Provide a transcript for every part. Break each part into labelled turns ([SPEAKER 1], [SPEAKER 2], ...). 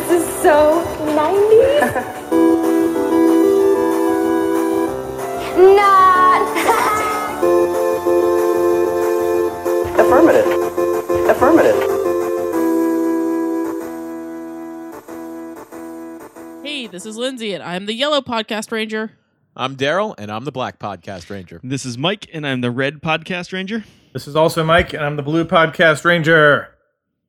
[SPEAKER 1] so 90s. Not.
[SPEAKER 2] Affirmative. Affirmative.
[SPEAKER 3] Hey, this is Lindsay, and I'm the Yellow Podcast Ranger.
[SPEAKER 4] I'm Daryl, and I'm the Black Podcast Ranger.
[SPEAKER 5] This is Mike, and I'm the Red Podcast Ranger.
[SPEAKER 6] This is also Mike, and I'm the Blue Podcast Ranger.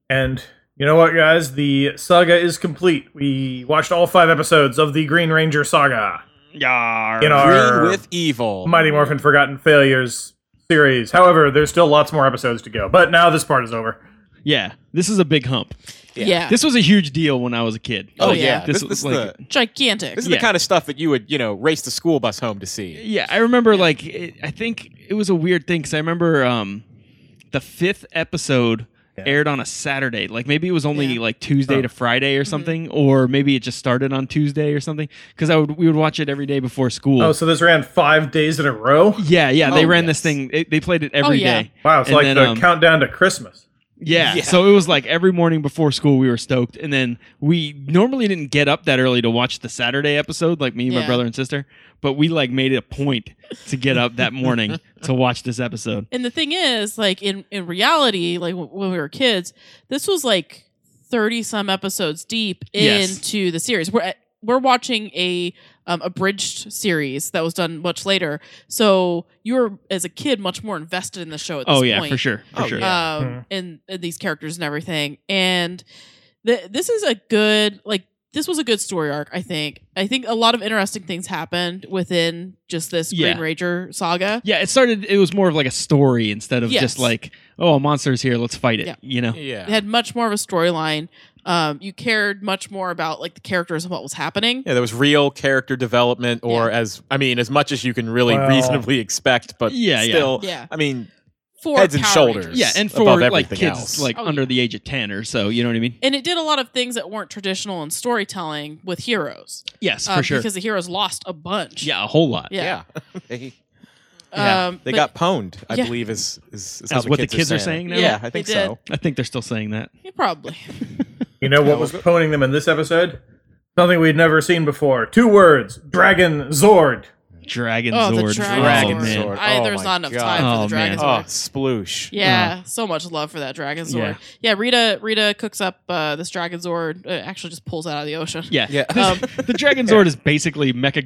[SPEAKER 6] And you know what, guys? The saga is complete. We watched all five episodes of the Green Ranger saga
[SPEAKER 5] Yar.
[SPEAKER 6] in our
[SPEAKER 4] Green with evil.
[SPEAKER 6] Mighty Morphin Forgotten Failures series. However, there's still lots more episodes to go. But now this part is over.
[SPEAKER 5] yeah, this is a big hump.
[SPEAKER 3] Yeah.
[SPEAKER 5] This was a huge deal when I was a kid.
[SPEAKER 4] Oh,
[SPEAKER 3] yeah.
[SPEAKER 4] yeah.
[SPEAKER 5] This
[SPEAKER 4] This,
[SPEAKER 5] was
[SPEAKER 4] this,
[SPEAKER 5] like-
[SPEAKER 4] is the,
[SPEAKER 3] Gigantic.
[SPEAKER 4] this is
[SPEAKER 5] Yeah.
[SPEAKER 4] the kind of stuff that you would, you know, race the school bus home to see.
[SPEAKER 5] Yeah, I remember like it, I think it was a weird thing because I remember um, the fifth episode aired on a Saturday. Like maybe it was only
[SPEAKER 3] Yeah.
[SPEAKER 5] like Tuesday to Friday or something, or maybe it just started on Tuesday or something. Because I would we would watch it every day before school.
[SPEAKER 6] Oh, so this ran five days in a row?
[SPEAKER 5] yeah, yeah, they
[SPEAKER 4] Oh,
[SPEAKER 5] ran
[SPEAKER 4] yes.
[SPEAKER 5] this thing. It, they played it every day.
[SPEAKER 3] yeah.
[SPEAKER 6] Wow, it's
[SPEAKER 5] And
[SPEAKER 6] like
[SPEAKER 5] then,
[SPEAKER 6] the
[SPEAKER 5] um,
[SPEAKER 6] countdown to Christmas.
[SPEAKER 5] Yeah.
[SPEAKER 4] Yeah.
[SPEAKER 5] So it was like every morning before school, we were stoked. And then we normally didn't get up that early to watch the Saturday episode, like me and
[SPEAKER 3] Yeah.
[SPEAKER 5] my brother and sister, but we like made it a point to get up that morning to watch this episode.
[SPEAKER 3] and the thing is, like in in reality, like w- when we were kids, this was like thirty some episodes deep
[SPEAKER 5] Yes.
[SPEAKER 3] into the series. We're at, we're watching a um, abridged series that was done much later, so you were as a kid much more invested in the show. At this
[SPEAKER 5] Oh, yeah,
[SPEAKER 3] point.
[SPEAKER 5] for sure. For
[SPEAKER 4] Oh,
[SPEAKER 5] sure.
[SPEAKER 4] yeah.
[SPEAKER 3] um, and, and these characters and everything. And th- this is a good like this was a good story arc. I think. I think a lot of interesting things happened within just this
[SPEAKER 5] Yeah.
[SPEAKER 3] Green Ranger saga.
[SPEAKER 5] Yeah, it started, it was more of like a story instead of
[SPEAKER 3] Yes.
[SPEAKER 5] just like, oh, a monster's here, let's fight it,
[SPEAKER 3] Yeah.
[SPEAKER 5] you know?
[SPEAKER 4] Yeah.
[SPEAKER 3] It had much more of a storyline. Um, you cared much more about like the characters and what was happening.
[SPEAKER 4] Yeah, there was real character development, or as I mean, as much as you can really
[SPEAKER 6] Well-
[SPEAKER 4] reasonably expect, but
[SPEAKER 5] Yeah, yeah.
[SPEAKER 4] still,
[SPEAKER 3] Yeah.
[SPEAKER 4] I mean,
[SPEAKER 3] For
[SPEAKER 4] Heads and
[SPEAKER 3] Power
[SPEAKER 4] shoulders.
[SPEAKER 3] Rangers.
[SPEAKER 5] Yeah, and
[SPEAKER 4] Above
[SPEAKER 5] for like
[SPEAKER 4] everything
[SPEAKER 5] kids
[SPEAKER 4] else.
[SPEAKER 5] like
[SPEAKER 3] Oh,
[SPEAKER 5] under
[SPEAKER 3] yeah.
[SPEAKER 5] the age of 10 or so, you know what I mean?
[SPEAKER 3] And it did a lot of things that weren't traditional in storytelling with heroes,
[SPEAKER 5] Yes,
[SPEAKER 3] uh,
[SPEAKER 5] for sure.
[SPEAKER 3] because the heroes lost a bunch.
[SPEAKER 5] yeah, a whole lot.
[SPEAKER 3] yeah.
[SPEAKER 4] yeah, they,
[SPEAKER 5] Yeah.
[SPEAKER 3] Um,
[SPEAKER 4] they
[SPEAKER 3] but-
[SPEAKER 4] got pwned. I
[SPEAKER 3] Yeah.
[SPEAKER 4] believe is is, is
[SPEAKER 5] Is
[SPEAKER 4] how the
[SPEAKER 5] what the
[SPEAKER 4] kids
[SPEAKER 5] kids are saying now?
[SPEAKER 4] Yeah, I think
[SPEAKER 3] They
[SPEAKER 4] so.
[SPEAKER 5] I think they're still saying that.
[SPEAKER 3] yeah, probably.
[SPEAKER 6] You know what was poning them in this episode? Something we'd never seen before. Two words Dragon Zord.
[SPEAKER 5] Dragon
[SPEAKER 3] Oh,
[SPEAKER 5] Zord.
[SPEAKER 3] the Dragon,
[SPEAKER 4] Dragon
[SPEAKER 3] Sword.
[SPEAKER 4] Sword.
[SPEAKER 3] I,
[SPEAKER 4] Oh
[SPEAKER 3] there's
[SPEAKER 4] my
[SPEAKER 3] not enough
[SPEAKER 4] God.
[SPEAKER 3] time for the
[SPEAKER 5] Oh,
[SPEAKER 3] Dragon
[SPEAKER 5] man.
[SPEAKER 3] Sword.
[SPEAKER 4] Oh, sploosh.
[SPEAKER 3] Yeah, so much love for that Dragon Sword. Yeah, Rita Rita cooks up uh, this Dragon Sword. Uh, actually, just pulls it out of the ocean.
[SPEAKER 5] Yeah.
[SPEAKER 4] Yeah.
[SPEAKER 5] This-
[SPEAKER 3] Um,
[SPEAKER 5] the Dragon Zord is basically Mecha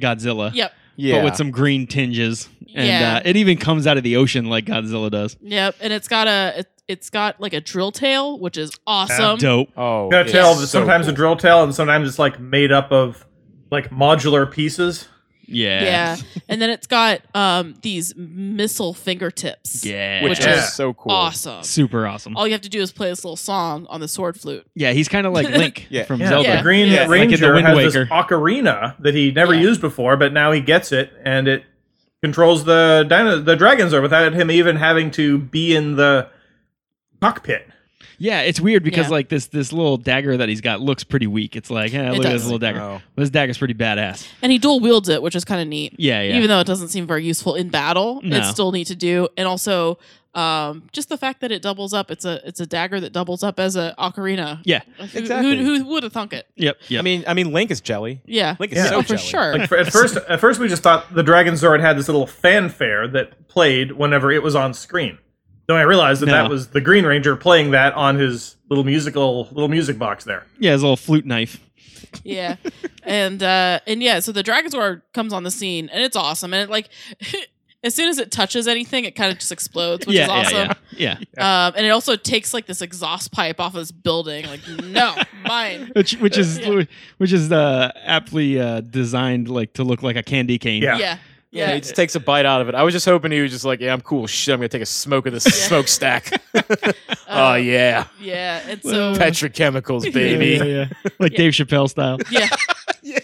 [SPEAKER 5] Godzilla.
[SPEAKER 3] Yep.
[SPEAKER 4] yeah.
[SPEAKER 5] But with some green tinges. And
[SPEAKER 3] Yeah.
[SPEAKER 5] uh, it even comes out of the ocean like Godzilla does.
[SPEAKER 3] Yep. And it's got a it, it's got like a drill tail, which is awesome.
[SPEAKER 5] Dope.
[SPEAKER 4] oh,
[SPEAKER 6] Got a
[SPEAKER 4] it's
[SPEAKER 6] tail
[SPEAKER 4] so
[SPEAKER 6] that's sometimes
[SPEAKER 4] cool.
[SPEAKER 6] a drill tail, and sometimes it's like made up of like modular pieces.
[SPEAKER 5] Yeah.
[SPEAKER 3] yeah. and then it's got um these missile fingertips.
[SPEAKER 5] Yeah.
[SPEAKER 4] which
[SPEAKER 6] Yeah.
[SPEAKER 4] is so cool.
[SPEAKER 3] Awesome.
[SPEAKER 5] super awesome.
[SPEAKER 3] All you have to do is play this little song on the sword flute.
[SPEAKER 5] Yeah, he's kind of like Link
[SPEAKER 4] Yeah.
[SPEAKER 5] from
[SPEAKER 6] Yeah,
[SPEAKER 5] Zelda.
[SPEAKER 3] Yeah.
[SPEAKER 6] the Green
[SPEAKER 3] Yeah.
[SPEAKER 5] Like in the
[SPEAKER 6] Ranger
[SPEAKER 5] Wind
[SPEAKER 6] has this
[SPEAKER 5] Waker.
[SPEAKER 6] ocarina that he never
[SPEAKER 3] Yeah.
[SPEAKER 6] used before, but now he gets it, and it controls the dino- the dragons without him even having to be in the cockpit.
[SPEAKER 5] Yeah, it's weird because
[SPEAKER 3] Yeah.
[SPEAKER 5] like this this little dagger that he's got looks pretty weak. It's like, eh,
[SPEAKER 3] It
[SPEAKER 5] look at
[SPEAKER 3] does.
[SPEAKER 5] this little dagger.
[SPEAKER 4] Oh.
[SPEAKER 5] But This dagger's pretty badass.
[SPEAKER 3] And he dual wields it, which is kind of neat.
[SPEAKER 5] Yeah, yeah.
[SPEAKER 3] Even though it doesn't seem very useful in battle,
[SPEAKER 5] No.
[SPEAKER 3] it's still neat to do. And also, um, just the fact that it doubles up. It's a it's a dagger that doubles up as a ocarina.
[SPEAKER 5] yeah.
[SPEAKER 3] Who-
[SPEAKER 4] Exactly.
[SPEAKER 3] Who, who would have thunk it?
[SPEAKER 5] Yep. Yep.
[SPEAKER 4] I mean, I mean, Link is jelly.
[SPEAKER 3] Yeah.
[SPEAKER 4] Link is
[SPEAKER 6] Yeah.
[SPEAKER 4] so
[SPEAKER 3] oh, for
[SPEAKER 4] jelly.
[SPEAKER 3] sure.
[SPEAKER 6] Like for, at first, at first we just thought the Dragon Zord had this little fanfare that played whenever it was on screen. Then I realized that
[SPEAKER 5] No.
[SPEAKER 6] that was the Green Ranger playing that on his little musical little music box there.
[SPEAKER 5] yeah, his little flute knife.
[SPEAKER 3] yeah. And uh and yeah, so the Dragonzord comes on the scene and it's awesome. And it like as soon as it touches anything, it kind of just explodes, which
[SPEAKER 5] yeah,
[SPEAKER 3] is awesome.
[SPEAKER 5] yeah, yeah. Yeah.
[SPEAKER 3] Um, and it also takes like this exhaust pipe off of this building. Like, no, mine.
[SPEAKER 5] Which which is
[SPEAKER 3] Yeah.
[SPEAKER 5] which is uh, aptly uh, designed like to look like a candy cane.
[SPEAKER 6] Yeah.
[SPEAKER 3] Yeah.
[SPEAKER 4] Yeah,
[SPEAKER 3] Yeah.
[SPEAKER 4] he just takes a bite out of it. I was just hoping he was just like, "Yeah, I'm cool. Shit, I'm gonna take a smoke of this smokestack." oh
[SPEAKER 3] Um,
[SPEAKER 4] yeah,
[SPEAKER 3] Yeah. And so
[SPEAKER 4] petrochemicals, baby.
[SPEAKER 5] Yeah, yeah, yeah. Like Dave Chappelle style.
[SPEAKER 3] yeah, yeah,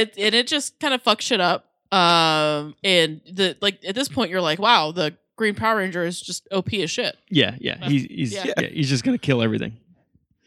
[SPEAKER 3] it, and it just kind of fucks shit up. Um, and the like at this point, you're like, wow, the Green Power Ranger is just OP as shit.
[SPEAKER 5] Yeah, yeah. He's he's
[SPEAKER 3] Yeah.
[SPEAKER 5] yeah. he's just gonna kill everything.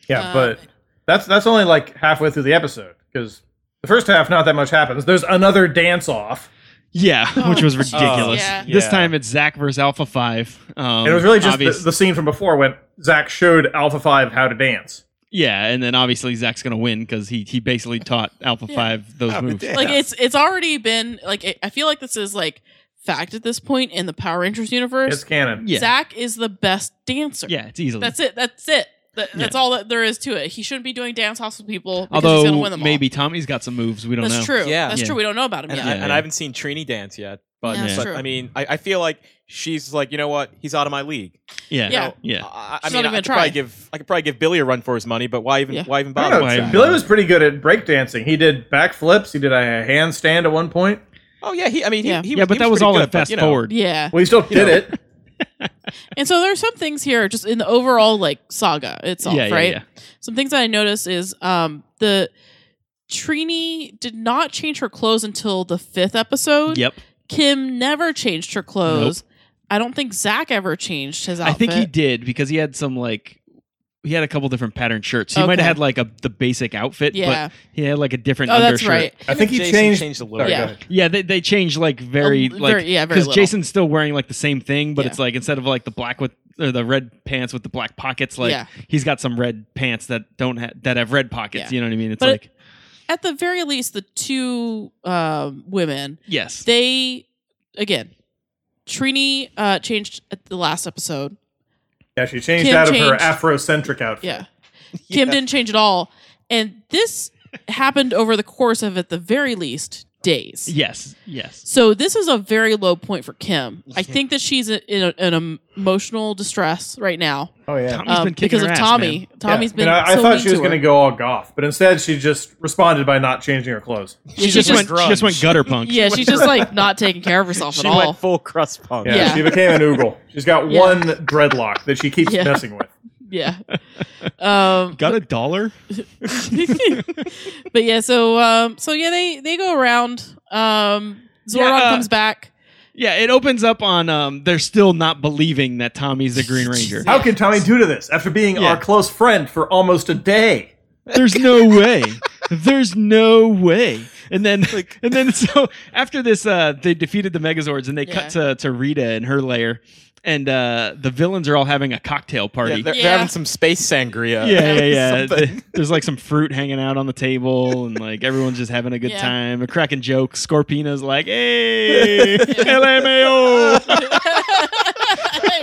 [SPEAKER 6] Yeah,
[SPEAKER 3] Um,
[SPEAKER 6] but that's that's only like halfway through the episode because the first half not that much happens. There's another dance off,
[SPEAKER 5] Yeah,
[SPEAKER 3] Oh,
[SPEAKER 5] which was
[SPEAKER 3] Jesus.
[SPEAKER 5] ridiculous.
[SPEAKER 3] Yeah.
[SPEAKER 5] This
[SPEAKER 4] Yeah.
[SPEAKER 5] time it's Zach versus Alpha Five. Um,
[SPEAKER 6] and it was really just the,
[SPEAKER 5] obvious-
[SPEAKER 6] the scene from before when Zach showed Alpha Five how to dance.
[SPEAKER 5] yeah, and then obviously Zach's gonna win because he he basically taught Alpha
[SPEAKER 3] Yeah.
[SPEAKER 5] Five those
[SPEAKER 7] Oh,
[SPEAKER 5] moves.
[SPEAKER 7] damn.
[SPEAKER 3] Like
[SPEAKER 7] Yeah.
[SPEAKER 3] it's it's already been like it, I feel like this is like fact at this point in the Power Rangers universe.
[SPEAKER 6] It's canon.
[SPEAKER 5] Yeah,
[SPEAKER 3] Zach is the best dancer.
[SPEAKER 5] yeah, it's easily.
[SPEAKER 3] That's it. That's it. That, That's all that there is to it. He shouldn't be doing dance house with people because he's gonna win
[SPEAKER 5] Although
[SPEAKER 3] them all.
[SPEAKER 5] maybe Tommy's got some moves we don't
[SPEAKER 3] that's
[SPEAKER 5] know.
[SPEAKER 3] true.
[SPEAKER 7] Yeah.
[SPEAKER 3] That's
[SPEAKER 5] Yeah.
[SPEAKER 3] true. We don't know about him
[SPEAKER 7] And,
[SPEAKER 3] yet.
[SPEAKER 7] I,
[SPEAKER 5] Yeah,
[SPEAKER 7] and
[SPEAKER 5] yeah.
[SPEAKER 7] I haven't seen Trini dance yet, but,
[SPEAKER 3] Yeah,
[SPEAKER 5] that's
[SPEAKER 7] but
[SPEAKER 3] true.
[SPEAKER 7] I mean, I, I feel like she's like, you know what? He's out of my league.
[SPEAKER 5] Yeah,
[SPEAKER 3] Yeah.
[SPEAKER 5] yeah.
[SPEAKER 7] I, I
[SPEAKER 3] She's
[SPEAKER 7] mean,
[SPEAKER 3] not
[SPEAKER 7] I
[SPEAKER 3] even
[SPEAKER 7] could probably
[SPEAKER 3] trying.
[SPEAKER 7] give I could probably give Billy a run for his money, but why even
[SPEAKER 3] Yeah.
[SPEAKER 7] why even
[SPEAKER 6] I
[SPEAKER 7] bother?
[SPEAKER 6] don't
[SPEAKER 5] Why
[SPEAKER 6] know.
[SPEAKER 5] not?
[SPEAKER 6] Billy was pretty good at breakdancing. He did backflips. He did a handstand at one point.
[SPEAKER 7] Oh yeah, he I mean he,
[SPEAKER 3] Yeah.
[SPEAKER 7] he
[SPEAKER 5] yeah,
[SPEAKER 7] was,
[SPEAKER 5] but
[SPEAKER 7] he
[SPEAKER 5] that was
[SPEAKER 7] pretty
[SPEAKER 5] all
[SPEAKER 7] good,
[SPEAKER 5] in
[SPEAKER 7] but,
[SPEAKER 5] fast
[SPEAKER 7] you know,
[SPEAKER 5] forward.
[SPEAKER 3] Yeah.
[SPEAKER 6] Well, he still did it.
[SPEAKER 3] And so there's some things here just in the overall like saga itself,
[SPEAKER 5] yeah, yeah,
[SPEAKER 3] right?
[SPEAKER 5] yeah.
[SPEAKER 3] Some things that I noticed is um the Trini did not change her clothes until the fifth episode.
[SPEAKER 5] Yep.
[SPEAKER 3] Kim never changed her clothes. I don't think Zach ever changed his
[SPEAKER 5] I
[SPEAKER 3] outfit.
[SPEAKER 5] think he did because he had some like he had a couple different pattern shirts. He might
[SPEAKER 3] Okay.
[SPEAKER 5] have had like a the basic outfit,
[SPEAKER 3] Yeah.
[SPEAKER 5] but he had like a different
[SPEAKER 3] Oh, that's
[SPEAKER 5] undershirt.
[SPEAKER 3] right.
[SPEAKER 6] I think he
[SPEAKER 7] Jason
[SPEAKER 6] changed.
[SPEAKER 7] changed the look.
[SPEAKER 6] Sorry,
[SPEAKER 3] Yeah.
[SPEAKER 6] go ahead.
[SPEAKER 5] Yeah, they they change like very
[SPEAKER 3] A-
[SPEAKER 5] like
[SPEAKER 3] Um, very- yeah, very little.
[SPEAKER 5] Jason's still wearing like the same thing, but
[SPEAKER 3] Yeah.
[SPEAKER 5] it's like instead of like the black with or the red pants with the black pockets, like
[SPEAKER 3] Yeah.
[SPEAKER 5] he's got some red pants that don't ha- that have red pockets.
[SPEAKER 3] Yeah.
[SPEAKER 5] You know what I mean? It's
[SPEAKER 3] But-
[SPEAKER 5] like
[SPEAKER 3] At the very least, the two um, women
[SPEAKER 5] yes,
[SPEAKER 3] they again trini uh changed at the last episode
[SPEAKER 6] Yeah, she changed
[SPEAKER 3] Kim
[SPEAKER 6] out of her
[SPEAKER 3] changed.
[SPEAKER 6] Afrocentric outfit.
[SPEAKER 3] yeah kim didn't change at all and this happened over the course of at the very least days
[SPEAKER 5] yes, yes,
[SPEAKER 3] so this is a very low point for kim i think that she's in, in, a, in emotional distress right now
[SPEAKER 6] Oh yeah.
[SPEAKER 5] Tommy's
[SPEAKER 3] um,
[SPEAKER 5] been kicking
[SPEAKER 3] because
[SPEAKER 5] her
[SPEAKER 3] of
[SPEAKER 5] ass,
[SPEAKER 3] tommy
[SPEAKER 6] Yeah.
[SPEAKER 3] tommy's been
[SPEAKER 6] And I, I
[SPEAKER 3] so
[SPEAKER 6] thought
[SPEAKER 3] mean
[SPEAKER 6] she was
[SPEAKER 3] to her.
[SPEAKER 6] going to go all goth, but instead she just responded by not changing her clothes.
[SPEAKER 3] yeah, she
[SPEAKER 5] She just,
[SPEAKER 3] just-
[SPEAKER 5] went, she just went gutter punk.
[SPEAKER 3] yeah she's just like not taking care of herself
[SPEAKER 7] She
[SPEAKER 3] at all
[SPEAKER 7] went full crust punk.
[SPEAKER 6] Yeah,
[SPEAKER 3] Yeah.
[SPEAKER 6] she became an oogle. She's got
[SPEAKER 3] Yeah.
[SPEAKER 6] one dreadlock that she keeps
[SPEAKER 3] Yeah.
[SPEAKER 6] messing with.
[SPEAKER 3] yeah um
[SPEAKER 5] Got a dollar?
[SPEAKER 3] but yeah, so um, so yeah, they they go around. Um, Zoran
[SPEAKER 5] Yeah, uh,
[SPEAKER 3] comes back.
[SPEAKER 5] Yeah, it opens up on um. They're still not believing that Tommy's the Green Ranger.
[SPEAKER 6] How can Tommy do to this after being
[SPEAKER 5] Yeah.
[SPEAKER 6] our close friend for almost a day?
[SPEAKER 5] There's no way. There's no way. And then, and then, so after this, uh, they defeated the Megazords, and they cut to, to Rita and her lair, and uh, the villains are all having a cocktail
[SPEAKER 7] Yeah,
[SPEAKER 5] party.
[SPEAKER 7] they're,
[SPEAKER 3] Yeah.
[SPEAKER 7] they're having some space sangria.
[SPEAKER 5] yeah, yeah, yeah.
[SPEAKER 7] Something.
[SPEAKER 5] Th- There's like some fruit hanging out on the table, and like everyone's just having a good
[SPEAKER 3] Yeah.
[SPEAKER 5] time. They're cracking jokes. Scorpina's like, "Hey, LMAO."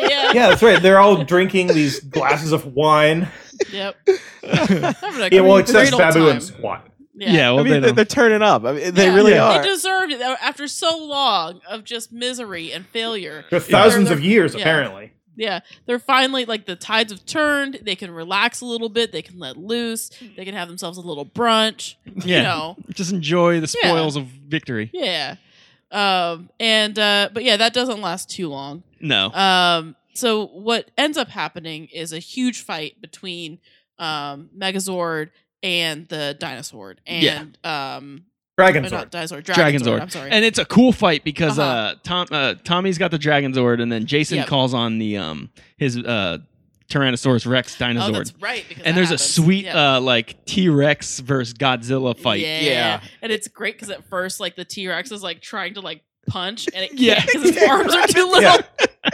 [SPEAKER 3] yeah,
[SPEAKER 6] Yeah, that's right. They're all drinking these glasses of wine.
[SPEAKER 3] yep. Having a
[SPEAKER 6] Yeah, well,
[SPEAKER 3] great
[SPEAKER 6] except
[SPEAKER 3] old
[SPEAKER 6] Babu
[SPEAKER 3] time.
[SPEAKER 6] and Squat.
[SPEAKER 5] Yeah, well,
[SPEAKER 7] I mean,
[SPEAKER 5] Oh, they
[SPEAKER 7] they are
[SPEAKER 5] don't.
[SPEAKER 7] turning up. I mean, they
[SPEAKER 3] Yeah.
[SPEAKER 7] really
[SPEAKER 5] Yeah.
[SPEAKER 7] are.
[SPEAKER 3] They deserved it after so long of just misery and failure.
[SPEAKER 6] For thousands
[SPEAKER 3] They're-
[SPEAKER 6] of years,
[SPEAKER 3] yeah.
[SPEAKER 6] apparently.
[SPEAKER 3] Yeah, they're finally like the tides have turned. They can relax a little bit. They can let loose.
[SPEAKER 5] Hmm.
[SPEAKER 3] They can have themselves a little brunch.
[SPEAKER 5] Yeah.
[SPEAKER 3] You know,
[SPEAKER 5] just enjoy the
[SPEAKER 3] Yeah.
[SPEAKER 5] spoils of victory.
[SPEAKER 3] yeah. Um, and uh, but yeah, that doesn't last too long.
[SPEAKER 5] No,
[SPEAKER 3] Um, so what ends up happening is a huge fight between um, Megazord and the dinosaur, and um, or
[SPEAKER 6] Dragon's
[SPEAKER 3] not dinosaur, Dragonzord.
[SPEAKER 5] Dragonzord.
[SPEAKER 3] I'm sorry.
[SPEAKER 5] And it's a cool fight because uh
[SPEAKER 3] Uh-huh.
[SPEAKER 5] Tom uh, Tommy's got the Dragonzord, and then Jason
[SPEAKER 3] Yep.
[SPEAKER 5] calls on the um his uh Tyrannosaurus Rex
[SPEAKER 3] oh,
[SPEAKER 5] Dinosaur.
[SPEAKER 3] that's right. Because
[SPEAKER 5] and
[SPEAKER 3] that
[SPEAKER 5] there's a
[SPEAKER 3] happens.
[SPEAKER 5] sweet
[SPEAKER 3] Yeah.
[SPEAKER 5] uh like T Rex versus Godzilla fight.
[SPEAKER 3] Yeah.
[SPEAKER 7] Yeah.
[SPEAKER 3] and it's great because at first, like the T Rex is like trying to like punch, and it
[SPEAKER 5] Yeah.
[SPEAKER 3] can't because its arms are too little.
[SPEAKER 6] Yeah.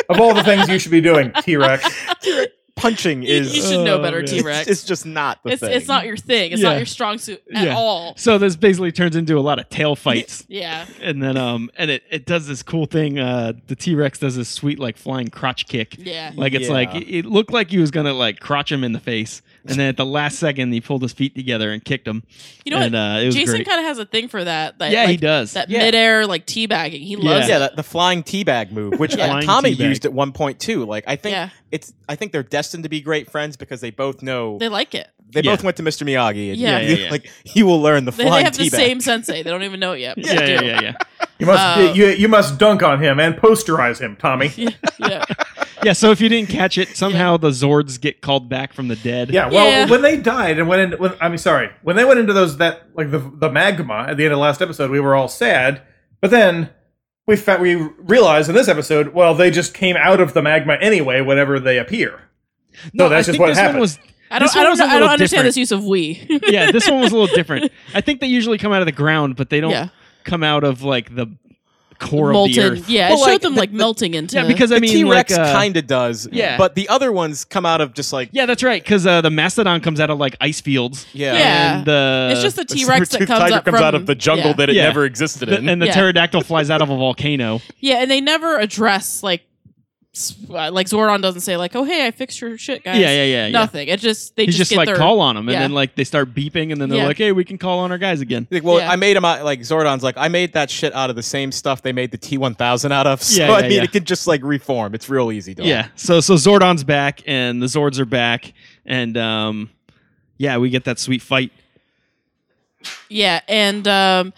[SPEAKER 6] Of all the things you should be doing, T Rex.
[SPEAKER 7] Punching
[SPEAKER 3] You,
[SPEAKER 7] is
[SPEAKER 3] you should know
[SPEAKER 5] Oh,
[SPEAKER 3] better,
[SPEAKER 5] man.
[SPEAKER 3] T
[SPEAKER 7] it's,
[SPEAKER 3] Rex.
[SPEAKER 7] it's just not the
[SPEAKER 3] It's,
[SPEAKER 7] thing.
[SPEAKER 3] it's not your thing. It's
[SPEAKER 5] Yeah.
[SPEAKER 3] not your strong suit at
[SPEAKER 5] Yeah.
[SPEAKER 3] all.
[SPEAKER 5] So this basically turns into a lot of tail fights.
[SPEAKER 3] Yeah.
[SPEAKER 5] And then um and it, it does this cool thing. Uh the T Rex does this sweet like flying crotch kick.
[SPEAKER 3] Yeah.
[SPEAKER 5] Like it's
[SPEAKER 7] Yeah.
[SPEAKER 5] like it, it looked like he was gonna like crotch him in the face. And then at the last second he pulled his feet together and kicked him.
[SPEAKER 3] You know
[SPEAKER 5] and
[SPEAKER 3] what?
[SPEAKER 5] uh it was
[SPEAKER 3] Jason
[SPEAKER 5] great.
[SPEAKER 3] kind of has a thing for that. that
[SPEAKER 5] yeah,
[SPEAKER 3] like,
[SPEAKER 5] he does.
[SPEAKER 3] That
[SPEAKER 7] Yeah.
[SPEAKER 3] midair like teabagging. He loves
[SPEAKER 7] yeah,
[SPEAKER 3] it.
[SPEAKER 7] that, the flying teabag move, which uh,
[SPEAKER 5] Flying
[SPEAKER 7] Tommy
[SPEAKER 5] teabag.
[SPEAKER 7] used at one point too. Like I think
[SPEAKER 3] Yeah.
[SPEAKER 7] it's, I think they're destined to be great friends because they both know
[SPEAKER 3] They like it.
[SPEAKER 7] they
[SPEAKER 5] Yeah.
[SPEAKER 7] both went to Mr. Miyagi. And
[SPEAKER 3] Yeah.
[SPEAKER 5] Yeah,
[SPEAKER 7] you-
[SPEAKER 5] yeah, yeah.
[SPEAKER 7] like you will learn the
[SPEAKER 3] They, they
[SPEAKER 7] flying
[SPEAKER 3] have the
[SPEAKER 7] teabag.
[SPEAKER 3] same sensei. They don't even know it yet. but
[SPEAKER 5] yeah,
[SPEAKER 3] they
[SPEAKER 5] yeah,
[SPEAKER 3] do.
[SPEAKER 5] yeah, yeah.
[SPEAKER 6] You must
[SPEAKER 3] Uh,
[SPEAKER 6] you, you must dunk on him and posterize him, Tommy.
[SPEAKER 3] yeah.
[SPEAKER 5] Yeah, so if you didn't catch it, somehow the Zords get called back from the dead.
[SPEAKER 6] Yeah, well,
[SPEAKER 3] Yeah.
[SPEAKER 6] when they died and went into, when, I mean, sorry, when they went into those that like the the magma at the end of the last episode, we were all sad. But then we fa- we realized in this episode, well, they just came out of the magma anyway. Whenever they appear, No, that's
[SPEAKER 5] I
[SPEAKER 6] just
[SPEAKER 5] think
[SPEAKER 6] what
[SPEAKER 5] this
[SPEAKER 6] happened.
[SPEAKER 5] One was,
[SPEAKER 3] I don't.
[SPEAKER 5] This
[SPEAKER 3] I
[SPEAKER 5] one
[SPEAKER 3] don't.
[SPEAKER 5] was a
[SPEAKER 3] know- I don't
[SPEAKER 5] little
[SPEAKER 3] understand
[SPEAKER 5] different.
[SPEAKER 3] this use of we.
[SPEAKER 5] yeah, this one was a little different. I think they usually come out of the ground, but they don't
[SPEAKER 3] Yeah.
[SPEAKER 5] come out of like the core of
[SPEAKER 3] molten.
[SPEAKER 5] the earth.
[SPEAKER 3] Yeah,
[SPEAKER 7] Well,
[SPEAKER 3] it showed
[SPEAKER 7] like,
[SPEAKER 3] them
[SPEAKER 7] the-
[SPEAKER 3] like
[SPEAKER 7] the-
[SPEAKER 3] melting into.
[SPEAKER 5] Yeah, because I
[SPEAKER 7] The
[SPEAKER 5] mean,
[SPEAKER 7] T Rex
[SPEAKER 5] like, uh,
[SPEAKER 7] kind of does.
[SPEAKER 5] yeah.
[SPEAKER 7] But the other ones come out of just like
[SPEAKER 5] Yeah, that's right. Because uh, the mastodon comes out of like ice fields.
[SPEAKER 7] yeah.
[SPEAKER 3] Yeah.
[SPEAKER 5] And uh, the
[SPEAKER 3] it's just the
[SPEAKER 4] The
[SPEAKER 3] T Rex that
[SPEAKER 4] saber-toothed
[SPEAKER 3] comes
[SPEAKER 4] tiger
[SPEAKER 3] up
[SPEAKER 4] comes
[SPEAKER 3] from,
[SPEAKER 4] out of the jungle
[SPEAKER 3] Yeah.
[SPEAKER 4] that it
[SPEAKER 5] Yeah.
[SPEAKER 4] never existed
[SPEAKER 5] the-
[SPEAKER 4] in.
[SPEAKER 5] and the
[SPEAKER 3] Yeah.
[SPEAKER 5] pterodactyl flies out of a volcano.
[SPEAKER 3] yeah, and they never address like s- uh, like Zordon doesn't say like, oh hey, I fixed your shit, guys.
[SPEAKER 5] Yeah, yeah, yeah, yeah.
[SPEAKER 3] Nothing. It just they
[SPEAKER 5] He's just,
[SPEAKER 3] get
[SPEAKER 5] like
[SPEAKER 3] their,
[SPEAKER 5] call on them, and
[SPEAKER 3] yeah.
[SPEAKER 5] then like they start beeping, and then they're
[SPEAKER 3] Yeah.
[SPEAKER 5] like, "Hey, we can call on our guys again."
[SPEAKER 7] Like, well,
[SPEAKER 3] Yeah.
[SPEAKER 7] I made them out like Zordon's. Like, I made that shit out of the same stuff they made the T one thousand out of. So
[SPEAKER 5] Yeah, yeah,
[SPEAKER 7] I mean,
[SPEAKER 5] yeah.
[SPEAKER 7] it could just like reform. It's real easy. Dog.
[SPEAKER 5] Yeah. So so Zordon's back, and the Zords are back, and um, yeah, we get that sweet fight.
[SPEAKER 3] Yeah, and um,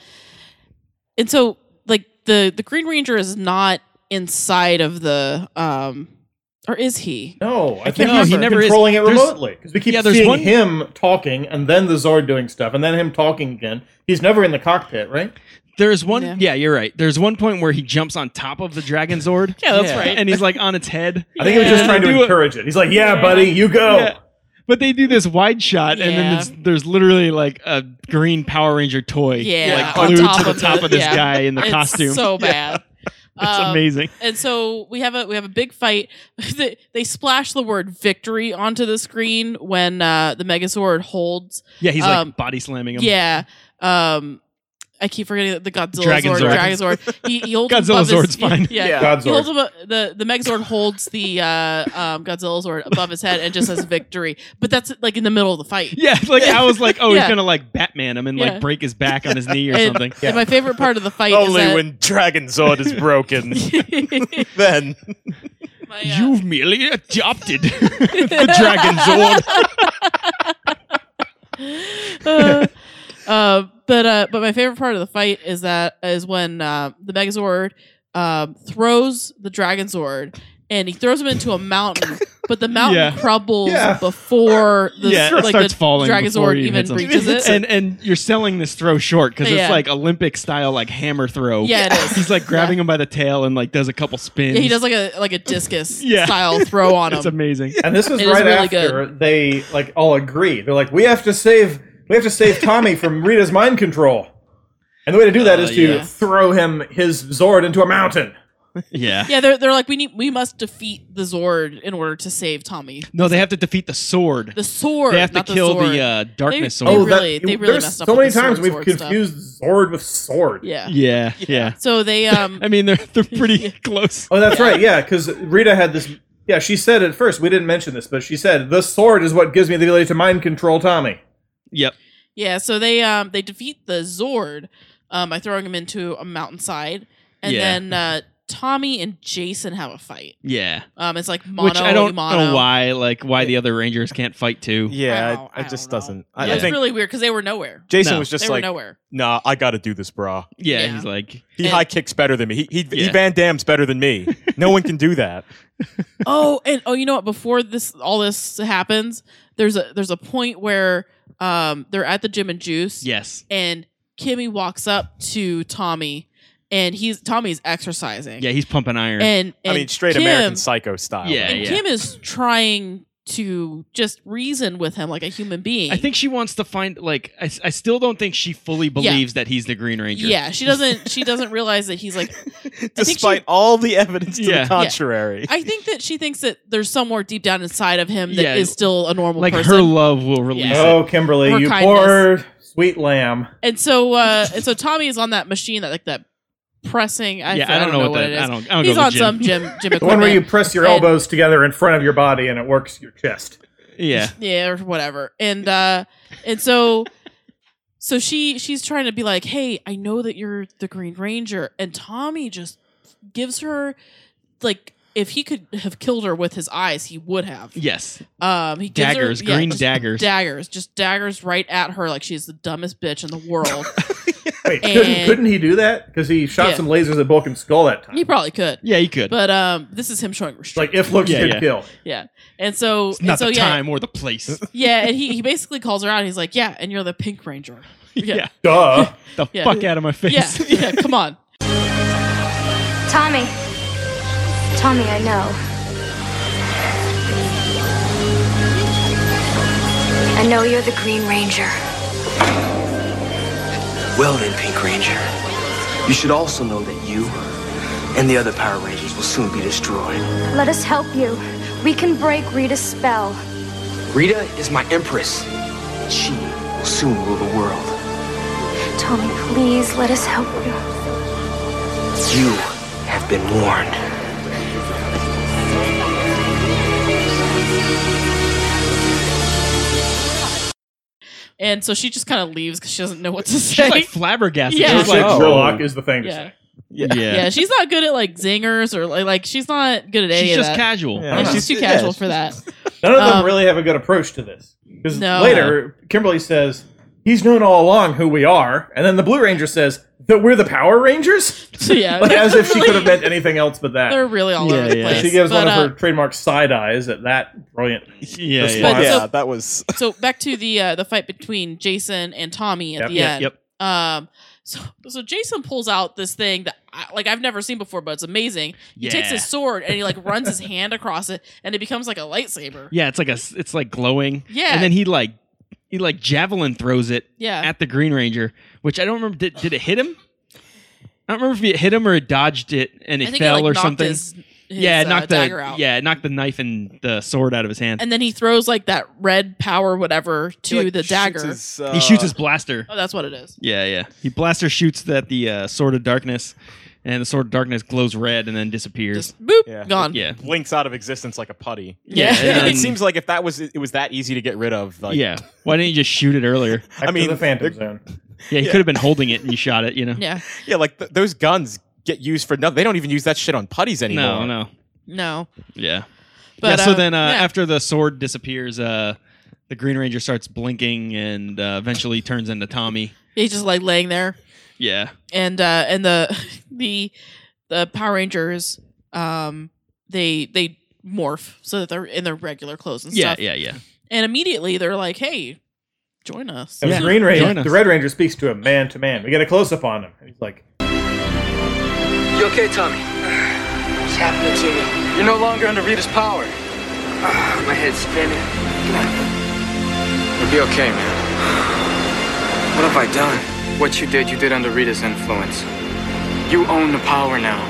[SPEAKER 3] and so like the the Green Ranger is not inside of the um, or is he?
[SPEAKER 6] No, I think
[SPEAKER 5] No,
[SPEAKER 6] he's
[SPEAKER 5] he never is.
[SPEAKER 6] controlling it
[SPEAKER 5] There's-
[SPEAKER 6] remotely because we keep
[SPEAKER 5] Yeah, there's
[SPEAKER 6] seeing
[SPEAKER 5] one-
[SPEAKER 6] him talking and then the Zord doing stuff and then him talking again. He's never in the cockpit, right?
[SPEAKER 5] There's one.
[SPEAKER 3] Yeah.
[SPEAKER 5] Yeah. you're right. There's one point where he jumps on top of the Dragon Zord.
[SPEAKER 3] Yeah, that's right.
[SPEAKER 5] And he's like on its head.
[SPEAKER 6] I think he was
[SPEAKER 3] Yeah.
[SPEAKER 6] just trying
[SPEAKER 5] Do
[SPEAKER 6] to
[SPEAKER 5] it.
[SPEAKER 6] encourage it. He's like, "Yeah, buddy, you go."
[SPEAKER 5] Yeah. But they do this wide shot, and then
[SPEAKER 3] Yeah.
[SPEAKER 5] it's, there's literally like a green Power Ranger toy,
[SPEAKER 3] Yeah,
[SPEAKER 5] like
[SPEAKER 3] on
[SPEAKER 5] glued
[SPEAKER 3] top
[SPEAKER 5] to the
[SPEAKER 3] of
[SPEAKER 5] top
[SPEAKER 3] the-
[SPEAKER 5] of this
[SPEAKER 3] yeah.
[SPEAKER 5] guy in the
[SPEAKER 3] It's
[SPEAKER 5] costume.
[SPEAKER 3] so bad.
[SPEAKER 5] it's
[SPEAKER 3] Um,
[SPEAKER 5] amazing.
[SPEAKER 3] And so we have a we have a big fight. they, they splash the word victory onto the screen when uh, the Megazord holds.
[SPEAKER 5] Yeah, he's
[SPEAKER 3] um,
[SPEAKER 5] like body slamming him.
[SPEAKER 3] Yeah. Um, I keep forgetting that the Godzilla
[SPEAKER 5] Dragon
[SPEAKER 3] Zord,
[SPEAKER 5] Zord.
[SPEAKER 3] Dragon Zord. He, he holds
[SPEAKER 5] Godzilla
[SPEAKER 3] above
[SPEAKER 5] Zord's
[SPEAKER 3] his,
[SPEAKER 5] fine.
[SPEAKER 3] Yeah,
[SPEAKER 7] Yeah.
[SPEAKER 6] Godzord.
[SPEAKER 3] He holds him, a- the the Megazord holds the uh, um, Godzilla Zord above his head and just says victory. But that's like in the middle of the fight.
[SPEAKER 5] Yeah, like I was like, oh,
[SPEAKER 3] Yeah.
[SPEAKER 5] he's gonna like Batman him and
[SPEAKER 3] Yeah.
[SPEAKER 5] like break his back on his knee or
[SPEAKER 3] And-
[SPEAKER 5] something.
[SPEAKER 3] And my favorite part of the fight
[SPEAKER 4] Only
[SPEAKER 3] is that
[SPEAKER 4] when Dragon Zord is broken. then
[SPEAKER 3] my, uh,
[SPEAKER 5] You've merely adopted the Dragon Zord.
[SPEAKER 3] uh, uh, but uh, but my favorite part of the fight is that is when uh, the Megazord um, throws the Dragon Zord and he throws him into a mountain, but the mountain
[SPEAKER 5] Yeah.
[SPEAKER 3] crumbles
[SPEAKER 6] Yeah.
[SPEAKER 3] before the
[SPEAKER 5] Yeah, it
[SPEAKER 3] like
[SPEAKER 5] starts
[SPEAKER 3] the
[SPEAKER 5] falling
[SPEAKER 3] Dragon
[SPEAKER 5] before
[SPEAKER 3] Zord
[SPEAKER 5] he
[SPEAKER 3] even
[SPEAKER 5] hits him.
[SPEAKER 3] breaches it.
[SPEAKER 5] And and you're selling this throw short because
[SPEAKER 3] Yeah.
[SPEAKER 5] it's like Olympic style, like hammer throw.
[SPEAKER 3] Yeah, it is.
[SPEAKER 5] He's like grabbing him by the tail and like does a couple spins.
[SPEAKER 3] yeah, he does like a like a discus
[SPEAKER 5] Yeah.
[SPEAKER 3] style throw on
[SPEAKER 5] It's
[SPEAKER 3] him.
[SPEAKER 5] amazing.
[SPEAKER 6] And this was
[SPEAKER 3] It is
[SPEAKER 6] right
[SPEAKER 3] really
[SPEAKER 6] after they like all agree. They're like, "We have to save, we have to save Tommy from Rita's mind control." And the way to do that is to
[SPEAKER 3] Uh, yeah.
[SPEAKER 6] throw him his Zord into a mountain.
[SPEAKER 5] Yeah.
[SPEAKER 3] yeah, they're they're like we need we must defeat the Zord in order to save Tommy.
[SPEAKER 5] No, they have to defeat the sword.
[SPEAKER 3] The sword.
[SPEAKER 5] they have to
[SPEAKER 3] not
[SPEAKER 5] kill
[SPEAKER 3] Zord.
[SPEAKER 5] the uh, darkness
[SPEAKER 3] They-
[SPEAKER 5] sword.
[SPEAKER 3] Oh, really- they really
[SPEAKER 6] there's
[SPEAKER 3] messed up
[SPEAKER 6] so
[SPEAKER 3] with
[SPEAKER 6] many
[SPEAKER 3] the sword,
[SPEAKER 6] times we've
[SPEAKER 3] sword stuff.
[SPEAKER 6] confused Zord with sword.
[SPEAKER 3] yeah.
[SPEAKER 5] yeah, yeah.
[SPEAKER 3] So they um
[SPEAKER 5] I mean, they're they're pretty close.
[SPEAKER 6] Oh, that's right. Yeah, because Rita had this. Yeah, she said at first we didn't mention this, but she said the sword is what gives me the ability to mind control Tommy.
[SPEAKER 5] Yep.
[SPEAKER 3] Yeah, so they um they defeat the Zord um by throwing him into a mountainside, and
[SPEAKER 5] Yeah.
[SPEAKER 3] then uh, Tommy and Jason have a fight.
[SPEAKER 5] Yeah.
[SPEAKER 3] Um, it's like mono.
[SPEAKER 5] Which I don't
[SPEAKER 3] mono.
[SPEAKER 5] know why, like why the other rangers can't fight too.
[SPEAKER 7] Yeah,
[SPEAKER 3] I don't- I
[SPEAKER 7] it, it just
[SPEAKER 3] don't know.
[SPEAKER 7] doesn't. I, I
[SPEAKER 3] It's
[SPEAKER 7] think
[SPEAKER 3] really weird because they were nowhere.
[SPEAKER 7] Jason
[SPEAKER 5] No.
[SPEAKER 7] was just
[SPEAKER 3] they were
[SPEAKER 7] like,
[SPEAKER 3] nowhere.
[SPEAKER 7] "Nah, I got to do this, brah."
[SPEAKER 5] Yeah,
[SPEAKER 3] Yeah.
[SPEAKER 5] he's like,
[SPEAKER 7] He
[SPEAKER 3] And-
[SPEAKER 7] high kicks better than me. He he,
[SPEAKER 5] Yeah.
[SPEAKER 7] he Van Dam's better than me. No one can do that.
[SPEAKER 3] oh, and oh, you know what? Before this, all this happens, there's a there's a point where um they're at the gym and juice.
[SPEAKER 5] yes,
[SPEAKER 3] and Kimmy walks up to Tommy, and he's Tommy's exercising.
[SPEAKER 5] yeah, he's pumping iron.
[SPEAKER 3] and, and
[SPEAKER 7] I mean, straight
[SPEAKER 3] Kim,
[SPEAKER 7] American Psycho style.
[SPEAKER 5] Yeah,
[SPEAKER 3] and
[SPEAKER 5] yeah.
[SPEAKER 3] Kim is trying to just reason with him like a human being.
[SPEAKER 5] I think she wants to find like I, I still don't think she fully believes that he's the Green Ranger.
[SPEAKER 3] Yeah, she doesn't. She doesn't realize that he's like.
[SPEAKER 7] Despite all the evidence to
[SPEAKER 5] Yeah.
[SPEAKER 7] the contrary.
[SPEAKER 3] I think that she thinks that there's somewhere deep down inside of him that is
[SPEAKER 5] Yeah.
[SPEAKER 3] still a normal
[SPEAKER 5] like her
[SPEAKER 3] person.
[SPEAKER 5] love will release
[SPEAKER 3] Yeah.
[SPEAKER 5] it.
[SPEAKER 6] Oh, Kimberly,
[SPEAKER 3] Her
[SPEAKER 6] you
[SPEAKER 3] kindness.
[SPEAKER 6] poor sweet lamb.
[SPEAKER 3] and so, uh, and so Tommy is on that machine that like that pressing. I,
[SPEAKER 5] yeah, I don't know what that.
[SPEAKER 3] it is.
[SPEAKER 5] I don't. I don't
[SPEAKER 3] he's
[SPEAKER 5] go to
[SPEAKER 3] on
[SPEAKER 5] the
[SPEAKER 3] some
[SPEAKER 5] gym.
[SPEAKER 3] gym gym equipment.
[SPEAKER 6] The one where you press your
[SPEAKER 3] And-
[SPEAKER 6] elbows together in front of your body and it works your chest.
[SPEAKER 5] Yeah,
[SPEAKER 3] yeah or whatever and uh and so so she she's trying to be like hey i know that you're the green ranger and tommy just gives her like if he could have killed her with his eyes he would have
[SPEAKER 5] yes,
[SPEAKER 3] um he gives her-
[SPEAKER 5] daggers,
[SPEAKER 3] yeah,
[SPEAKER 5] green
[SPEAKER 3] just
[SPEAKER 5] daggers.
[SPEAKER 3] daggers just daggers right at her like she's the dumbest bitch in the world
[SPEAKER 6] Wait,
[SPEAKER 3] And-
[SPEAKER 6] couldn't, couldn't he do that? Because he shot
[SPEAKER 3] Yeah.
[SPEAKER 6] some lasers at Bulk and Skull that time.
[SPEAKER 3] he probably could
[SPEAKER 5] yeah, you could.
[SPEAKER 3] but um this is him showing
[SPEAKER 6] It's
[SPEAKER 3] restraint
[SPEAKER 6] like if looks
[SPEAKER 5] Yeah,
[SPEAKER 6] could
[SPEAKER 5] yeah.
[SPEAKER 6] kill.
[SPEAKER 3] yeah and so
[SPEAKER 5] it's not
[SPEAKER 3] and so
[SPEAKER 5] the
[SPEAKER 3] yeah
[SPEAKER 5] time or the place.
[SPEAKER 3] yeah and he, he basically calls her out he's like yeah and you're the pink ranger
[SPEAKER 5] yeah.
[SPEAKER 6] Duh.
[SPEAKER 5] the
[SPEAKER 3] Yeah.
[SPEAKER 5] fuck out of my
[SPEAKER 3] yeah
[SPEAKER 5] face.
[SPEAKER 3] yeah come on
[SPEAKER 1] Tommy. Tommy, I know. I know you're the Green Ranger.
[SPEAKER 8] Well then, Pink Ranger, you should also know that you
[SPEAKER 2] and the other Power Rangers will soon be destroyed.
[SPEAKER 1] Let us help you. We can break Rita's spell.
[SPEAKER 2] Rita is my empress. She will soon rule the world.
[SPEAKER 1] Tommy, please let us help you.
[SPEAKER 2] You have been warned.
[SPEAKER 3] And so she just kind of leaves because she doesn't know what to say.
[SPEAKER 5] She's like flabbergasted.
[SPEAKER 3] Yeah.
[SPEAKER 5] She's
[SPEAKER 6] It's like
[SPEAKER 5] like,
[SPEAKER 4] Oh.
[SPEAKER 6] Sherlock is the thing. To
[SPEAKER 3] yeah.
[SPEAKER 6] say.
[SPEAKER 5] yeah.
[SPEAKER 3] yeah, she's not good at like zingers or like, like she's not good at any
[SPEAKER 5] She's
[SPEAKER 3] of
[SPEAKER 5] just
[SPEAKER 3] that.
[SPEAKER 5] casual.
[SPEAKER 7] Yeah.
[SPEAKER 3] Yeah, she's too
[SPEAKER 7] Yeah,
[SPEAKER 3] casual
[SPEAKER 7] she's-
[SPEAKER 3] for that.
[SPEAKER 6] None of them
[SPEAKER 3] Um,
[SPEAKER 6] really have a good approach to this because
[SPEAKER 3] No.
[SPEAKER 6] later Kimberly says he's known all along who we are, and then the Blue Ranger says that we're the Power Rangers,
[SPEAKER 3] So yeah,
[SPEAKER 6] like as if she
[SPEAKER 3] really-
[SPEAKER 6] could have meant anything else but that.
[SPEAKER 3] They're really all
[SPEAKER 5] Yeah,
[SPEAKER 3] over the
[SPEAKER 5] yeah.
[SPEAKER 3] place.
[SPEAKER 6] she gives
[SPEAKER 3] But,
[SPEAKER 6] one of
[SPEAKER 3] uh,
[SPEAKER 6] her trademark side eyes at that brilliant.
[SPEAKER 5] Yeah.
[SPEAKER 6] Just
[SPEAKER 5] yeah.
[SPEAKER 6] like-
[SPEAKER 7] yeah,
[SPEAKER 3] so-
[SPEAKER 7] that was
[SPEAKER 3] so back to the uh, the fight between Jason and Tommy at
[SPEAKER 6] Yep.
[SPEAKER 3] the
[SPEAKER 5] Yep,
[SPEAKER 3] end.
[SPEAKER 5] yep.
[SPEAKER 3] Um, so so Jason pulls out this thing that I, like I've never seen before, but it's amazing. He takes
[SPEAKER 5] Yeah.
[SPEAKER 3] his sword and he like runs his hand across it, and it becomes like a lightsaber.
[SPEAKER 5] Yeah, it's like a s- it's like glowing.
[SPEAKER 3] Yeah.
[SPEAKER 5] And then he like he like javelin throws it
[SPEAKER 3] Yeah.
[SPEAKER 5] at the Green Ranger, which I don't remember did, did it hit him? I don't remember if it hit him or it dodged it and
[SPEAKER 3] I
[SPEAKER 5] it
[SPEAKER 3] think
[SPEAKER 5] fell
[SPEAKER 3] it, like,
[SPEAKER 5] or
[SPEAKER 3] knocked
[SPEAKER 5] something.
[SPEAKER 3] His, his,
[SPEAKER 5] yeah, it
[SPEAKER 3] uh,
[SPEAKER 5] knocked
[SPEAKER 3] dagger
[SPEAKER 5] the
[SPEAKER 3] out.
[SPEAKER 5] yeah, it knocked the knife and the sword out of his hand.
[SPEAKER 3] and then he throws like that red power whatever to
[SPEAKER 7] like,
[SPEAKER 3] the
[SPEAKER 7] shoots
[SPEAKER 3] dagger.
[SPEAKER 7] his, uh,
[SPEAKER 5] he shoots his blaster.
[SPEAKER 3] oh, that's what it is.
[SPEAKER 5] Yeah, yeah. He blaster shoots at the uh, sword of darkness, and the sword of darkness glows red and then disappears.
[SPEAKER 3] Just boop,
[SPEAKER 7] Yeah.
[SPEAKER 3] gone.
[SPEAKER 5] yeah,
[SPEAKER 7] blinks out of existence like a putty.
[SPEAKER 3] Yeah.
[SPEAKER 5] Yeah,
[SPEAKER 7] it
[SPEAKER 5] and-
[SPEAKER 7] seems like if that was it was that easy to get rid of. Like,
[SPEAKER 5] yeah. Why didn't you just shoot it earlier?
[SPEAKER 6] Back
[SPEAKER 7] I mean,
[SPEAKER 6] to the Phantom
[SPEAKER 7] they're-
[SPEAKER 6] Zone.
[SPEAKER 5] Yeah, he could have been holding it and you shot it. You know.
[SPEAKER 3] Yeah.
[SPEAKER 7] yeah, like th- those guns get used for nothing. They don't even use that shit on putties anymore.
[SPEAKER 5] No, no.
[SPEAKER 3] No.
[SPEAKER 5] Yeah.
[SPEAKER 3] But,
[SPEAKER 5] yeah, so
[SPEAKER 3] uh,
[SPEAKER 5] then uh,
[SPEAKER 3] yeah.
[SPEAKER 5] after the sword disappears, uh, the Green Ranger starts blinking and uh, eventually turns into Tommy.
[SPEAKER 3] He's just like laying there.
[SPEAKER 5] Yeah.
[SPEAKER 3] and uh and the the the Power Rangers um they they morph so that they're in their regular clothes and
[SPEAKER 5] Yeah,
[SPEAKER 3] stuff.
[SPEAKER 5] yeah, yeah.
[SPEAKER 3] And immediately they're like, "Hey, join us."
[SPEAKER 6] And
[SPEAKER 5] Yeah.
[SPEAKER 6] the Green
[SPEAKER 5] Join
[SPEAKER 6] Ranger,
[SPEAKER 5] us.
[SPEAKER 6] the Red Ranger speaks to him man to man. We get a close up on him. He's like,
[SPEAKER 2] You okay, Tommy? What's happening to you? You're no longer under Rita's power. Ah, my head's spinning. Come on. You'll be okay, man. What have I done? What you did, you did under Rita's influence. You own the power now.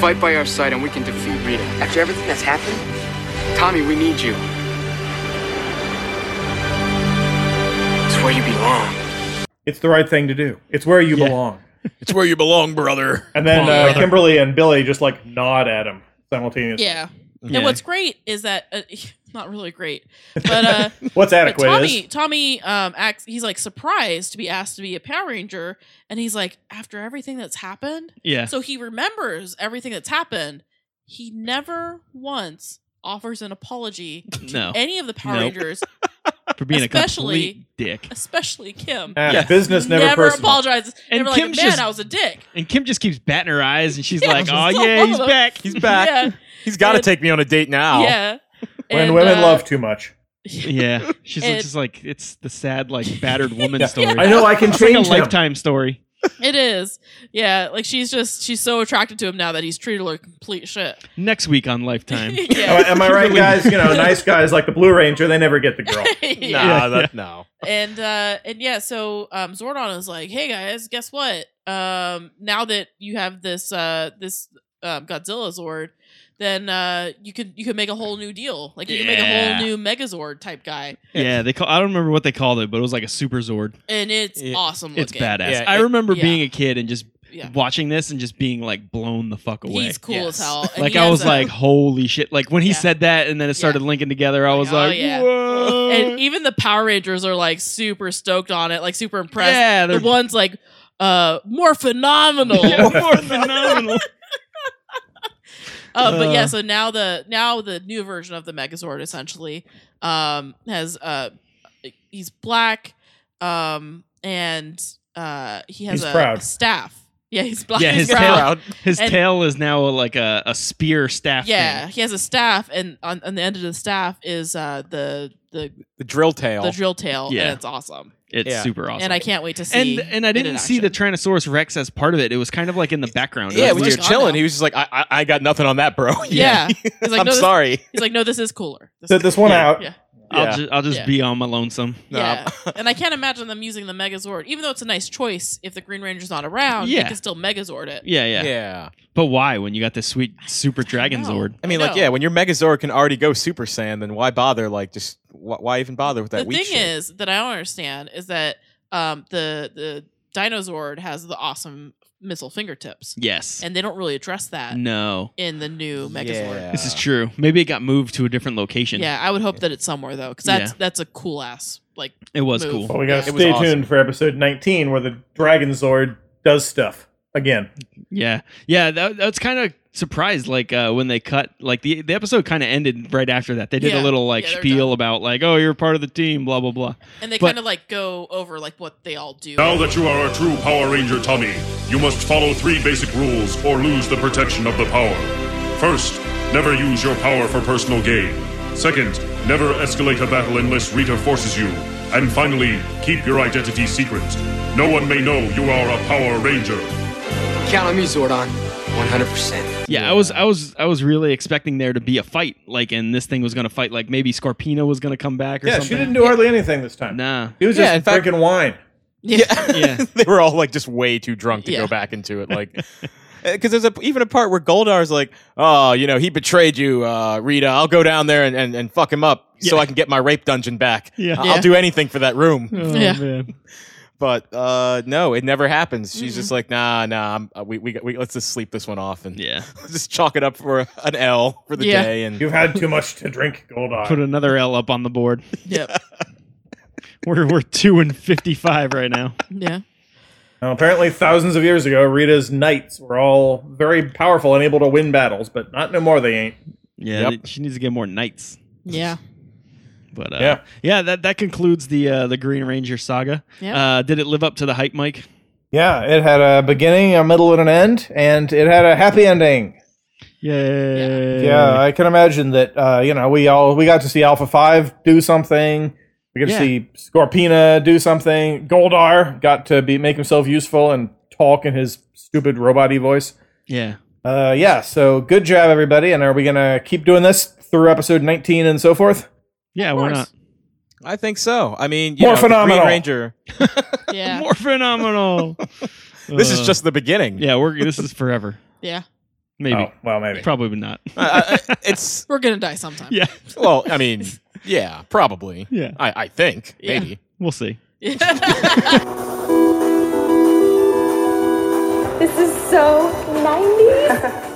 [SPEAKER 2] Fight by our side and we can defeat Rita. After everything that's happened? Tommy, we need you. It's where you belong.
[SPEAKER 6] "It's the right thing to do. It's where you belong."
[SPEAKER 7] It's where you belong, brother.
[SPEAKER 6] And then uh, Kimberly and Billy just like nod at him simultaneously.
[SPEAKER 3] Yeah.
[SPEAKER 5] Yeah.
[SPEAKER 3] And what's great is that uh, not really great, but uh,
[SPEAKER 6] What's
[SPEAKER 3] but
[SPEAKER 6] adequate
[SPEAKER 3] Tommy
[SPEAKER 6] is
[SPEAKER 3] Tommy um acts he's like surprised to be asked to be a Power Ranger, and he's like after everything that's happened,
[SPEAKER 5] Yeah.
[SPEAKER 3] so he remembers everything that's happened. He never once offers an apology to
[SPEAKER 5] No.
[SPEAKER 3] any of the Power
[SPEAKER 5] Nope.
[SPEAKER 3] Rangers
[SPEAKER 5] For being a
[SPEAKER 3] especially-
[SPEAKER 5] complete dick.
[SPEAKER 3] especially Kim.
[SPEAKER 6] Ah,
[SPEAKER 5] Yes.
[SPEAKER 6] business never, personal.
[SPEAKER 3] apologizes.
[SPEAKER 5] And
[SPEAKER 3] never
[SPEAKER 5] Kim's
[SPEAKER 3] like, man,
[SPEAKER 5] just-
[SPEAKER 3] I was a dick.
[SPEAKER 5] And Kim just keeps batting her eyes and she's
[SPEAKER 3] Yeah,
[SPEAKER 5] like,
[SPEAKER 3] she's
[SPEAKER 5] oh,
[SPEAKER 3] so
[SPEAKER 5] yeah, he's
[SPEAKER 3] love him."
[SPEAKER 5] back.
[SPEAKER 7] He's back.
[SPEAKER 3] Yeah,
[SPEAKER 7] He's got to
[SPEAKER 3] And-
[SPEAKER 7] take me on a date now.
[SPEAKER 3] yeah.
[SPEAKER 6] When
[SPEAKER 3] And,
[SPEAKER 6] women
[SPEAKER 3] uh,
[SPEAKER 6] love too much,
[SPEAKER 5] Yeah. She's
[SPEAKER 3] And-
[SPEAKER 5] just like, it's the sad, like, battered woman
[SPEAKER 6] Yeah.
[SPEAKER 5] story.
[SPEAKER 6] I know I can
[SPEAKER 5] It's like a
[SPEAKER 6] change him.
[SPEAKER 5] lifetime story.
[SPEAKER 3] it is. Yeah, like she's just she's so attracted to him now that he's treated her like complete shit.
[SPEAKER 5] Next week on Lifetime.
[SPEAKER 6] Oh,
[SPEAKER 3] yeah.
[SPEAKER 6] am I right, guys? You know, nice guys like the Blue Ranger, they never get the girl.
[SPEAKER 7] Nah,
[SPEAKER 3] yeah.
[SPEAKER 7] that, no.
[SPEAKER 3] And uh and yeah, so um Zordon is like, "Hey guys, guess what? Um now that you have this uh this um, Godzilla Zord, then uh you could you could make a whole new deal. Like you can make a
[SPEAKER 5] Yeah.
[SPEAKER 3] whole new Megazord type guy.
[SPEAKER 5] yeah, they call. I don't remember what they called it, but it was like a super Zord.
[SPEAKER 3] And it's
[SPEAKER 7] Yeah.
[SPEAKER 3] awesome looking.
[SPEAKER 5] It's badass.
[SPEAKER 7] Yeah,
[SPEAKER 5] I
[SPEAKER 7] it-
[SPEAKER 5] remember
[SPEAKER 3] yeah.
[SPEAKER 5] being a kid and just
[SPEAKER 3] Yeah.
[SPEAKER 5] watching this and just being like blown the fuck away.
[SPEAKER 3] He's cool
[SPEAKER 7] Yes.
[SPEAKER 3] as hell. And
[SPEAKER 5] like
[SPEAKER 3] he
[SPEAKER 5] I
[SPEAKER 3] has
[SPEAKER 5] was
[SPEAKER 3] a-
[SPEAKER 5] like, holy shit! Like when he
[SPEAKER 3] Yeah.
[SPEAKER 5] said that, and then it started linking together. I was
[SPEAKER 3] Oh,
[SPEAKER 5] like,
[SPEAKER 3] yeah.
[SPEAKER 5] whoa!
[SPEAKER 3] and even the Power Rangers are like super stoked on it, like super impressed.
[SPEAKER 5] Yeah, they're-
[SPEAKER 3] the one's like, uh, more phenomenal.
[SPEAKER 5] Yeah, more phenomenal.
[SPEAKER 3] Uh, but
[SPEAKER 5] Uh.
[SPEAKER 3] yeah, so now the now the new version of the Megazord essentially um, has uh, he's black, um, and uh, he has
[SPEAKER 6] He's
[SPEAKER 3] a,
[SPEAKER 6] proud.
[SPEAKER 3] a staff. Yeah, he's black.
[SPEAKER 5] Yeah,
[SPEAKER 3] he's
[SPEAKER 5] his tail-
[SPEAKER 3] proud.
[SPEAKER 5] His
[SPEAKER 3] And-
[SPEAKER 5] tail is now like a, a spear staff.
[SPEAKER 3] Yeah,
[SPEAKER 5] thing.
[SPEAKER 3] he has a staff, and on, on the end of the staff is uh, the the
[SPEAKER 7] The drill tail.
[SPEAKER 3] the drill tail,
[SPEAKER 5] Yeah.
[SPEAKER 3] and it's awesome.
[SPEAKER 5] it's
[SPEAKER 7] Yeah.
[SPEAKER 5] super awesome.
[SPEAKER 3] And I can't wait to see.
[SPEAKER 5] and, and I
[SPEAKER 3] it in
[SPEAKER 5] didn't see
[SPEAKER 3] action.
[SPEAKER 5] the Tyrannosaurus Rex as part of it. It was kind of like in the background. It
[SPEAKER 7] yeah,
[SPEAKER 5] was
[SPEAKER 7] we
[SPEAKER 3] was
[SPEAKER 7] just
[SPEAKER 3] gone
[SPEAKER 7] chilling.
[SPEAKER 3] now.
[SPEAKER 7] He was just like, I, I, I got nothing on that, bro.
[SPEAKER 3] Yeah. He's like,
[SPEAKER 7] I'm
[SPEAKER 3] no, this-
[SPEAKER 7] sorry.
[SPEAKER 3] He's like, no, this is cooler. This
[SPEAKER 6] Set
[SPEAKER 3] is
[SPEAKER 6] this one
[SPEAKER 3] cooler.
[SPEAKER 6] out.
[SPEAKER 3] Yeah.
[SPEAKER 5] I'll just I'll just
[SPEAKER 3] Yeah.
[SPEAKER 5] be on my lonesome.
[SPEAKER 3] Yeah. and I can't imagine them using the Megazord, even though it's a nice choice. If the Green Ranger's not around, you
[SPEAKER 5] Yeah.
[SPEAKER 3] can still Megazord it.
[SPEAKER 5] Yeah, yeah,
[SPEAKER 7] Yeah.
[SPEAKER 5] But why when you got this sweet Super Dragon
[SPEAKER 3] know.
[SPEAKER 5] Zord?
[SPEAKER 7] I mean, like,
[SPEAKER 3] know.
[SPEAKER 7] yeah, when your Megazord can already go Super Saiyan, then why bother? Like, just wh- why even bother with that
[SPEAKER 3] the
[SPEAKER 7] weak
[SPEAKER 3] thing
[SPEAKER 7] shit?
[SPEAKER 3] is that I don't understand is that um, the the Dinozord has the awesome missile fingertips,
[SPEAKER 5] Yes.
[SPEAKER 3] and they don't really address that
[SPEAKER 5] no.
[SPEAKER 3] in the new Megazord.
[SPEAKER 5] This is true. Maybe it got moved to a different location.
[SPEAKER 3] Yeah, I would hope that it's somewhere though, because that's that's a cool ass like
[SPEAKER 5] It was
[SPEAKER 3] Move.
[SPEAKER 5] cool.
[SPEAKER 6] Well, we got
[SPEAKER 7] It
[SPEAKER 6] to
[SPEAKER 7] was
[SPEAKER 6] stay
[SPEAKER 7] awesome.
[SPEAKER 6] tuned for episode 19 where the Dragon Zord does stuff again.
[SPEAKER 5] Yeah, yeah. That, that's kind of surprised. Like uh, when they cut, like the the episode kind of ended right after that. They did
[SPEAKER 3] Yeah.
[SPEAKER 5] a little like
[SPEAKER 3] Yeah, they're
[SPEAKER 5] spiel
[SPEAKER 3] done.
[SPEAKER 5] about like, oh, you're part of the team, blah blah blah.
[SPEAKER 3] And they
[SPEAKER 5] But-
[SPEAKER 3] kind of like go over like what they all do.
[SPEAKER 8] Now that you are a true Power Ranger Tommy, you must follow three basic rules or lose the protection of the power. First, never use your power for personal gain. Second, never escalate a battle unless Rita forces you. And finally, keep your identity secret. No one may know you are a Power Ranger.
[SPEAKER 2] Count on me, Zordon. 100%.
[SPEAKER 5] Yeah, I was I was I was really expecting there to be a fight, like, and this thing was gonna fight. Like maybe Scorpina was gonna come back or
[SPEAKER 6] Yeah,
[SPEAKER 5] something.
[SPEAKER 6] she didn't do hardly anything this time.
[SPEAKER 5] Nah.
[SPEAKER 6] He was
[SPEAKER 7] Yeah, in
[SPEAKER 6] just
[SPEAKER 7] fact-
[SPEAKER 6] drinking wine.
[SPEAKER 3] Yeah.
[SPEAKER 5] Yeah.
[SPEAKER 7] they were all like just way too drunk to
[SPEAKER 3] Yeah.
[SPEAKER 7] go back into it. Like, because there's a, even a part where Goldar's like, oh, you know, he betrayed you, uh, Rita. I'll go down there and, and, and fuck him up so I can get my rape dungeon back.
[SPEAKER 5] Yeah.
[SPEAKER 7] I- I'll
[SPEAKER 3] Yeah.
[SPEAKER 7] do anything for that room.
[SPEAKER 5] Oh,
[SPEAKER 3] Yeah.
[SPEAKER 5] man.
[SPEAKER 7] But uh, no, it never happens. She's just like, nah, nah, I'm, uh, we, we, we, let's just sleep this one off and
[SPEAKER 5] Yeah.
[SPEAKER 7] just chalk it up for an L for the
[SPEAKER 3] Yeah.
[SPEAKER 7] day. And
[SPEAKER 6] You've had too much to drink,
[SPEAKER 5] Put
[SPEAKER 6] Goldeye.
[SPEAKER 5] another L up on the board.
[SPEAKER 3] Yep.
[SPEAKER 5] We're we're two and fifty five right now.
[SPEAKER 3] Yeah.
[SPEAKER 6] Now, apparently, thousands of years ago, Rita's knights were all very powerful and able to win battles, but not no more they ain't.
[SPEAKER 5] Yeah.
[SPEAKER 7] Yep.
[SPEAKER 5] She needs to get more knights.
[SPEAKER 3] Yeah.
[SPEAKER 5] But uh,
[SPEAKER 6] Yeah.
[SPEAKER 5] yeah, that that concludes the uh, the Green Ranger saga.
[SPEAKER 3] Yeah.
[SPEAKER 5] Uh, did it live up to the hype, Mike?
[SPEAKER 6] Yeah, it had a beginning, a middle, and an end, and it had a happy ending.
[SPEAKER 5] Yay.
[SPEAKER 6] Yeah, I can imagine that. Uh, you know, we all we got to see Alpha Five do something. We got
[SPEAKER 5] Yeah.
[SPEAKER 6] to see Scorpina do something. Goldar got to be make himself useful and talk in his stupid robot-y voice.
[SPEAKER 5] Yeah.
[SPEAKER 6] Uh, yeah. So good job, everybody. And are we gonna keep doing this through episode nineteen and so forth?
[SPEAKER 5] Yeah, why not?
[SPEAKER 7] I think so. I mean, you know,
[SPEAKER 6] More
[SPEAKER 7] the Green
[SPEAKER 6] phenomenal.
[SPEAKER 7] Ranger.
[SPEAKER 3] Yeah.
[SPEAKER 5] More phenomenal.
[SPEAKER 7] This is
[SPEAKER 5] Uh,
[SPEAKER 7] just the beginning.
[SPEAKER 5] Yeah, we're this is forever.
[SPEAKER 3] Yeah.
[SPEAKER 5] Maybe.
[SPEAKER 6] Oh, well, maybe.
[SPEAKER 5] Probably not.
[SPEAKER 7] I- I- it's
[SPEAKER 3] We're gonna die sometime.
[SPEAKER 5] yeah.
[SPEAKER 7] Well, I mean, yeah, probably.
[SPEAKER 5] Yeah.
[SPEAKER 7] I, I think
[SPEAKER 3] Yeah.
[SPEAKER 7] maybe.
[SPEAKER 5] We'll see.
[SPEAKER 9] This is so 90s.